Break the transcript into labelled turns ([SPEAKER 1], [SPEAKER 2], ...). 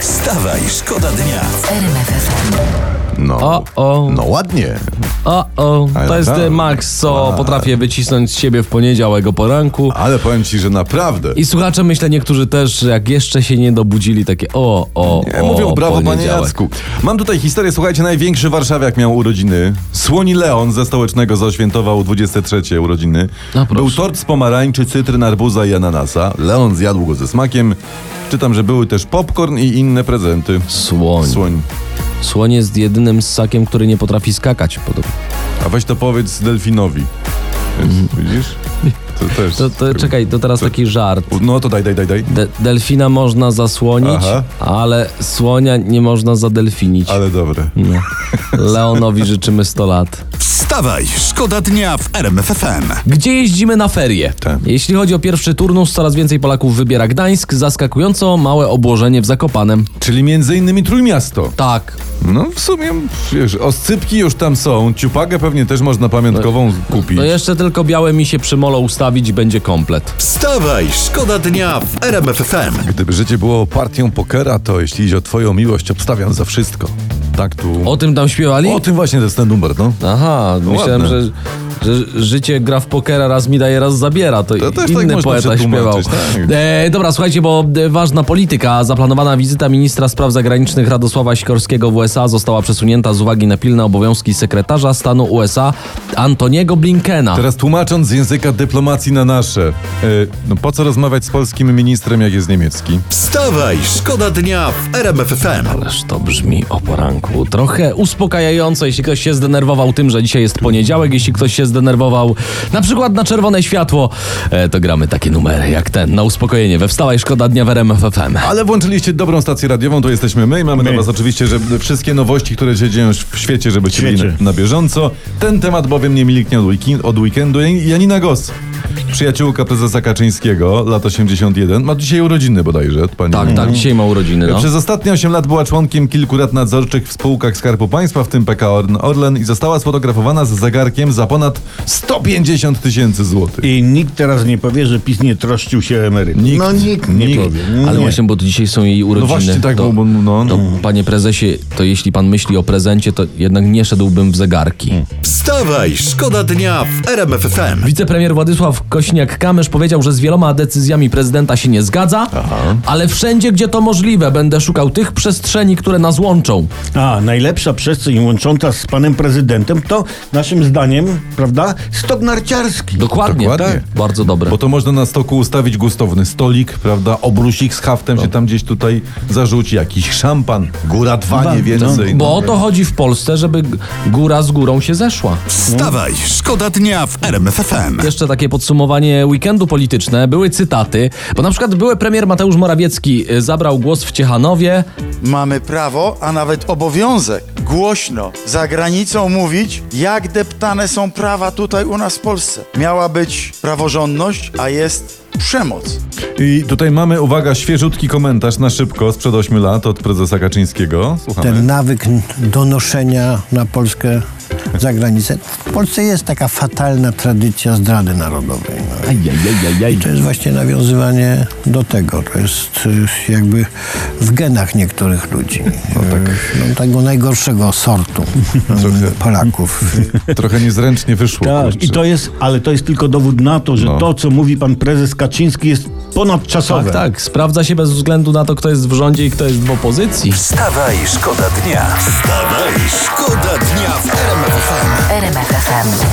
[SPEAKER 1] Wstawaj, szkoda dnia.
[SPEAKER 2] No,
[SPEAKER 3] O, o.
[SPEAKER 2] no ładnie.
[SPEAKER 3] O, o,
[SPEAKER 2] Ale
[SPEAKER 3] to jest
[SPEAKER 2] tak.
[SPEAKER 3] ten Max, co potrafię wycisnąć z siebie w poniedziałek o poranku.
[SPEAKER 2] Ale powiem ci, że naprawdę.
[SPEAKER 3] I słuchacze, myślę, niektórzy też, jak jeszcze się nie dobudzili, takie o, o,
[SPEAKER 2] Nie,
[SPEAKER 3] o,
[SPEAKER 2] mówią brawo panie
[SPEAKER 3] poniedziałek.
[SPEAKER 2] Jacku. Mam tutaj historię, słuchajcie, największy warszawiak miał urodziny. Słoni Leon ze Stołecznego zaświętował 23 urodziny.
[SPEAKER 3] No, proszę.
[SPEAKER 2] Był tort z pomarańczy, cytryn, arbuza i ananasa. Leon zjadł go ze smakiem. Czytam, że były też popcorn i inne prezenty.
[SPEAKER 3] Słoń.
[SPEAKER 2] Słoń.
[SPEAKER 3] Słoń jest jedynym ssakiem, który nie potrafi skakać. Podobno.
[SPEAKER 2] A weź to powiedz delfinowi. Więc, widzisz? To też.
[SPEAKER 3] Mhm. To, to, czekaj, to teraz taki żart.
[SPEAKER 2] No to daj, daj, daj, daj.
[SPEAKER 3] De delfina można zasłonić,
[SPEAKER 2] Aha.
[SPEAKER 3] ale słonia nie można zadelfinić.
[SPEAKER 2] Ale dobre.
[SPEAKER 3] No. Leonowi życzymy 100 lat.
[SPEAKER 1] Wstawaj, szkoda dnia w RMFFM.
[SPEAKER 3] Gdzie jeździmy na ferie? Jeśli chodzi o pierwszy turnus, coraz więcej Polaków wybiera Gdańsk, zaskakująco małe obłożenie w Zakopanem.
[SPEAKER 2] Czyli między innymi Trójmiasto.
[SPEAKER 3] Tak.
[SPEAKER 2] No w sumie, wiesz, oscypki już tam są, ciupagę pewnie też można pamiątkową kupić.
[SPEAKER 3] No jeszcze tylko białe mi się przy molo ustawić, będzie komplet.
[SPEAKER 1] Wstawaj, szkoda dnia w RMFFM.
[SPEAKER 2] Gdyby życie było partią pokera, to jeśli idzie o twoją miłość, obstawiam za wszystko. Tak tu...
[SPEAKER 3] O tym tam śpiewali?
[SPEAKER 2] O tym właśnie to jest ten numer, no.
[SPEAKER 3] Aha, myślałem,
[SPEAKER 2] ładne.
[SPEAKER 3] że, że życie gra w pokera, raz mi daje, raz zabiera. To,
[SPEAKER 2] To też tak
[SPEAKER 3] inny
[SPEAKER 2] można
[SPEAKER 3] poeta śpiewał.
[SPEAKER 2] przetłumaczyć, tak.
[SPEAKER 3] E, dobra, słuchajcie, bo e, ważna polityka. Zaplanowana wizyta ministra spraw zagranicznych Radosława Sikorskiego w USA została przesunięta z uwagi na pilne obowiązki sekretarza stanu USA Antoniego Blinkena.
[SPEAKER 2] Teraz tłumacząc z języka dyplomacji na nasze. y, no po co rozmawiać z polskim ministrem, jak jest niemiecki?
[SPEAKER 1] Wstawaj, szkoda dnia w RMFFM.
[SPEAKER 3] Ależ to brzmi o poranku. Trochę uspokajająco, jeśli ktoś się zdenerwował tym, że dzisiaj jest poniedziałek, jeśli ktoś się zdenerwował na przykład na czerwone światło, e, to gramy takie numery jak ten, na uspokojenie. We Wstawaj Szkoda Dnia w RMF FM.
[SPEAKER 2] Ale włączyliście dobrą stację radiową, to jesteśmy my i mamy dla was oczywiście że wszystkie nowości, które się dzieją w świecie, żebyście byli na, na bieżąco. Ten temat bowiem nie milknie od, weeki- od weekendu. Jan- Janina Gos, przyjaciółka prezesa Kaczyńskiego, lat 81, ma dzisiaj urodziny bodajże, pani.
[SPEAKER 3] Tak, tak, dzisiaj ma urodziny, no.
[SPEAKER 2] Przez ostatnie 8 lat była członkiem kilku rad nadzorczych w spółkach Skarbu Państwa, w tym PKO Orn- Orlen i została sfotografowana z zegarkiem za ponad 150 tysięcy złotych.
[SPEAKER 4] I nikt teraz nie powie, że PiS nie troszczył się emerytów.
[SPEAKER 2] Nikt.
[SPEAKER 4] no nikt nie
[SPEAKER 2] Nikt.
[SPEAKER 4] powie.
[SPEAKER 3] Ale
[SPEAKER 4] nie.
[SPEAKER 3] właśnie, bo dzisiaj są jej urodziny.
[SPEAKER 2] No właśnie tak,
[SPEAKER 3] to,
[SPEAKER 2] bo- no,
[SPEAKER 3] to,
[SPEAKER 2] no.
[SPEAKER 3] panie prezesie, to jeśli pan myśli o prezencie, to jednak nie szedłbym w zegarki.
[SPEAKER 2] Hmm.
[SPEAKER 1] Wstawaj, szkoda dnia w RMFFM.
[SPEAKER 3] Wicepremier Władysław Kośniak-Kamysz powiedział, że z wieloma decyzjami prezydenta się nie zgadza, ale wszędzie, gdzie to możliwe, będę szukał tych przestrzeni, które nas łączą.
[SPEAKER 4] A, najlepsza przestrzeń łącząca z panem prezydentem to naszym zdaniem, prawda, stok narciarski.
[SPEAKER 3] Dokładnie,
[SPEAKER 2] Dokładnie.
[SPEAKER 3] tak. Bardzo dobre.
[SPEAKER 2] Bo to można na stoku ustawić gustowny stolik, prawda? Obrusik z haftem się tam gdzieś tutaj zarzuci, jakiś szampan, no, góra dwa, nie więcej.
[SPEAKER 3] Bo o to chodzi w Polsce, żeby g- góra z górą się zeszła.
[SPEAKER 1] Wstawaj, szkoda dnia w RMFFM.
[SPEAKER 3] Jeszcze takie podsumowanie weekendu polityczne. Były cytaty, bo na przykład były premier Mateusz Morawiecki y, zabrał głos w Ciechanowie. Tak,
[SPEAKER 5] mamy prawo, a nawet obowiązek głośno za granicą mówić, jak deptane są prawa tutaj u nas w Polsce. Miała być praworządność, a jest przemoc.
[SPEAKER 2] I tutaj mamy, uwaga, świeżutki komentarz na szybko sprzed 8 lat od prezesa Kaczyńskiego. Słuchamy.
[SPEAKER 6] ten nawyk n- donoszenia na Polskę za granicę. W Polsce jest taka fatalna tradycja zdrady narodowej. No. I to jest właśnie nawiązywanie do tego. To jest y, jakby w genach niektórych ludzi. Y, No, tego najgorszego sortu y, Polaków.
[SPEAKER 2] Trochę niezręcznie wyszło.
[SPEAKER 4] Tak,
[SPEAKER 2] kurczę.
[SPEAKER 4] i to jest, ale to jest tylko dowód na to, że
[SPEAKER 2] No.
[SPEAKER 4] to, co mówi pan prezes Kaczyński jest ponadczasowe.
[SPEAKER 3] Tak, tak, sprawdza się bez względu na to, kto jest w rządzie i kto jest w opozycji.
[SPEAKER 1] Wstawaj, szkoda dnia. Wstawaj, szkoda dnia w RMFFM.
[SPEAKER 7] RMFFM.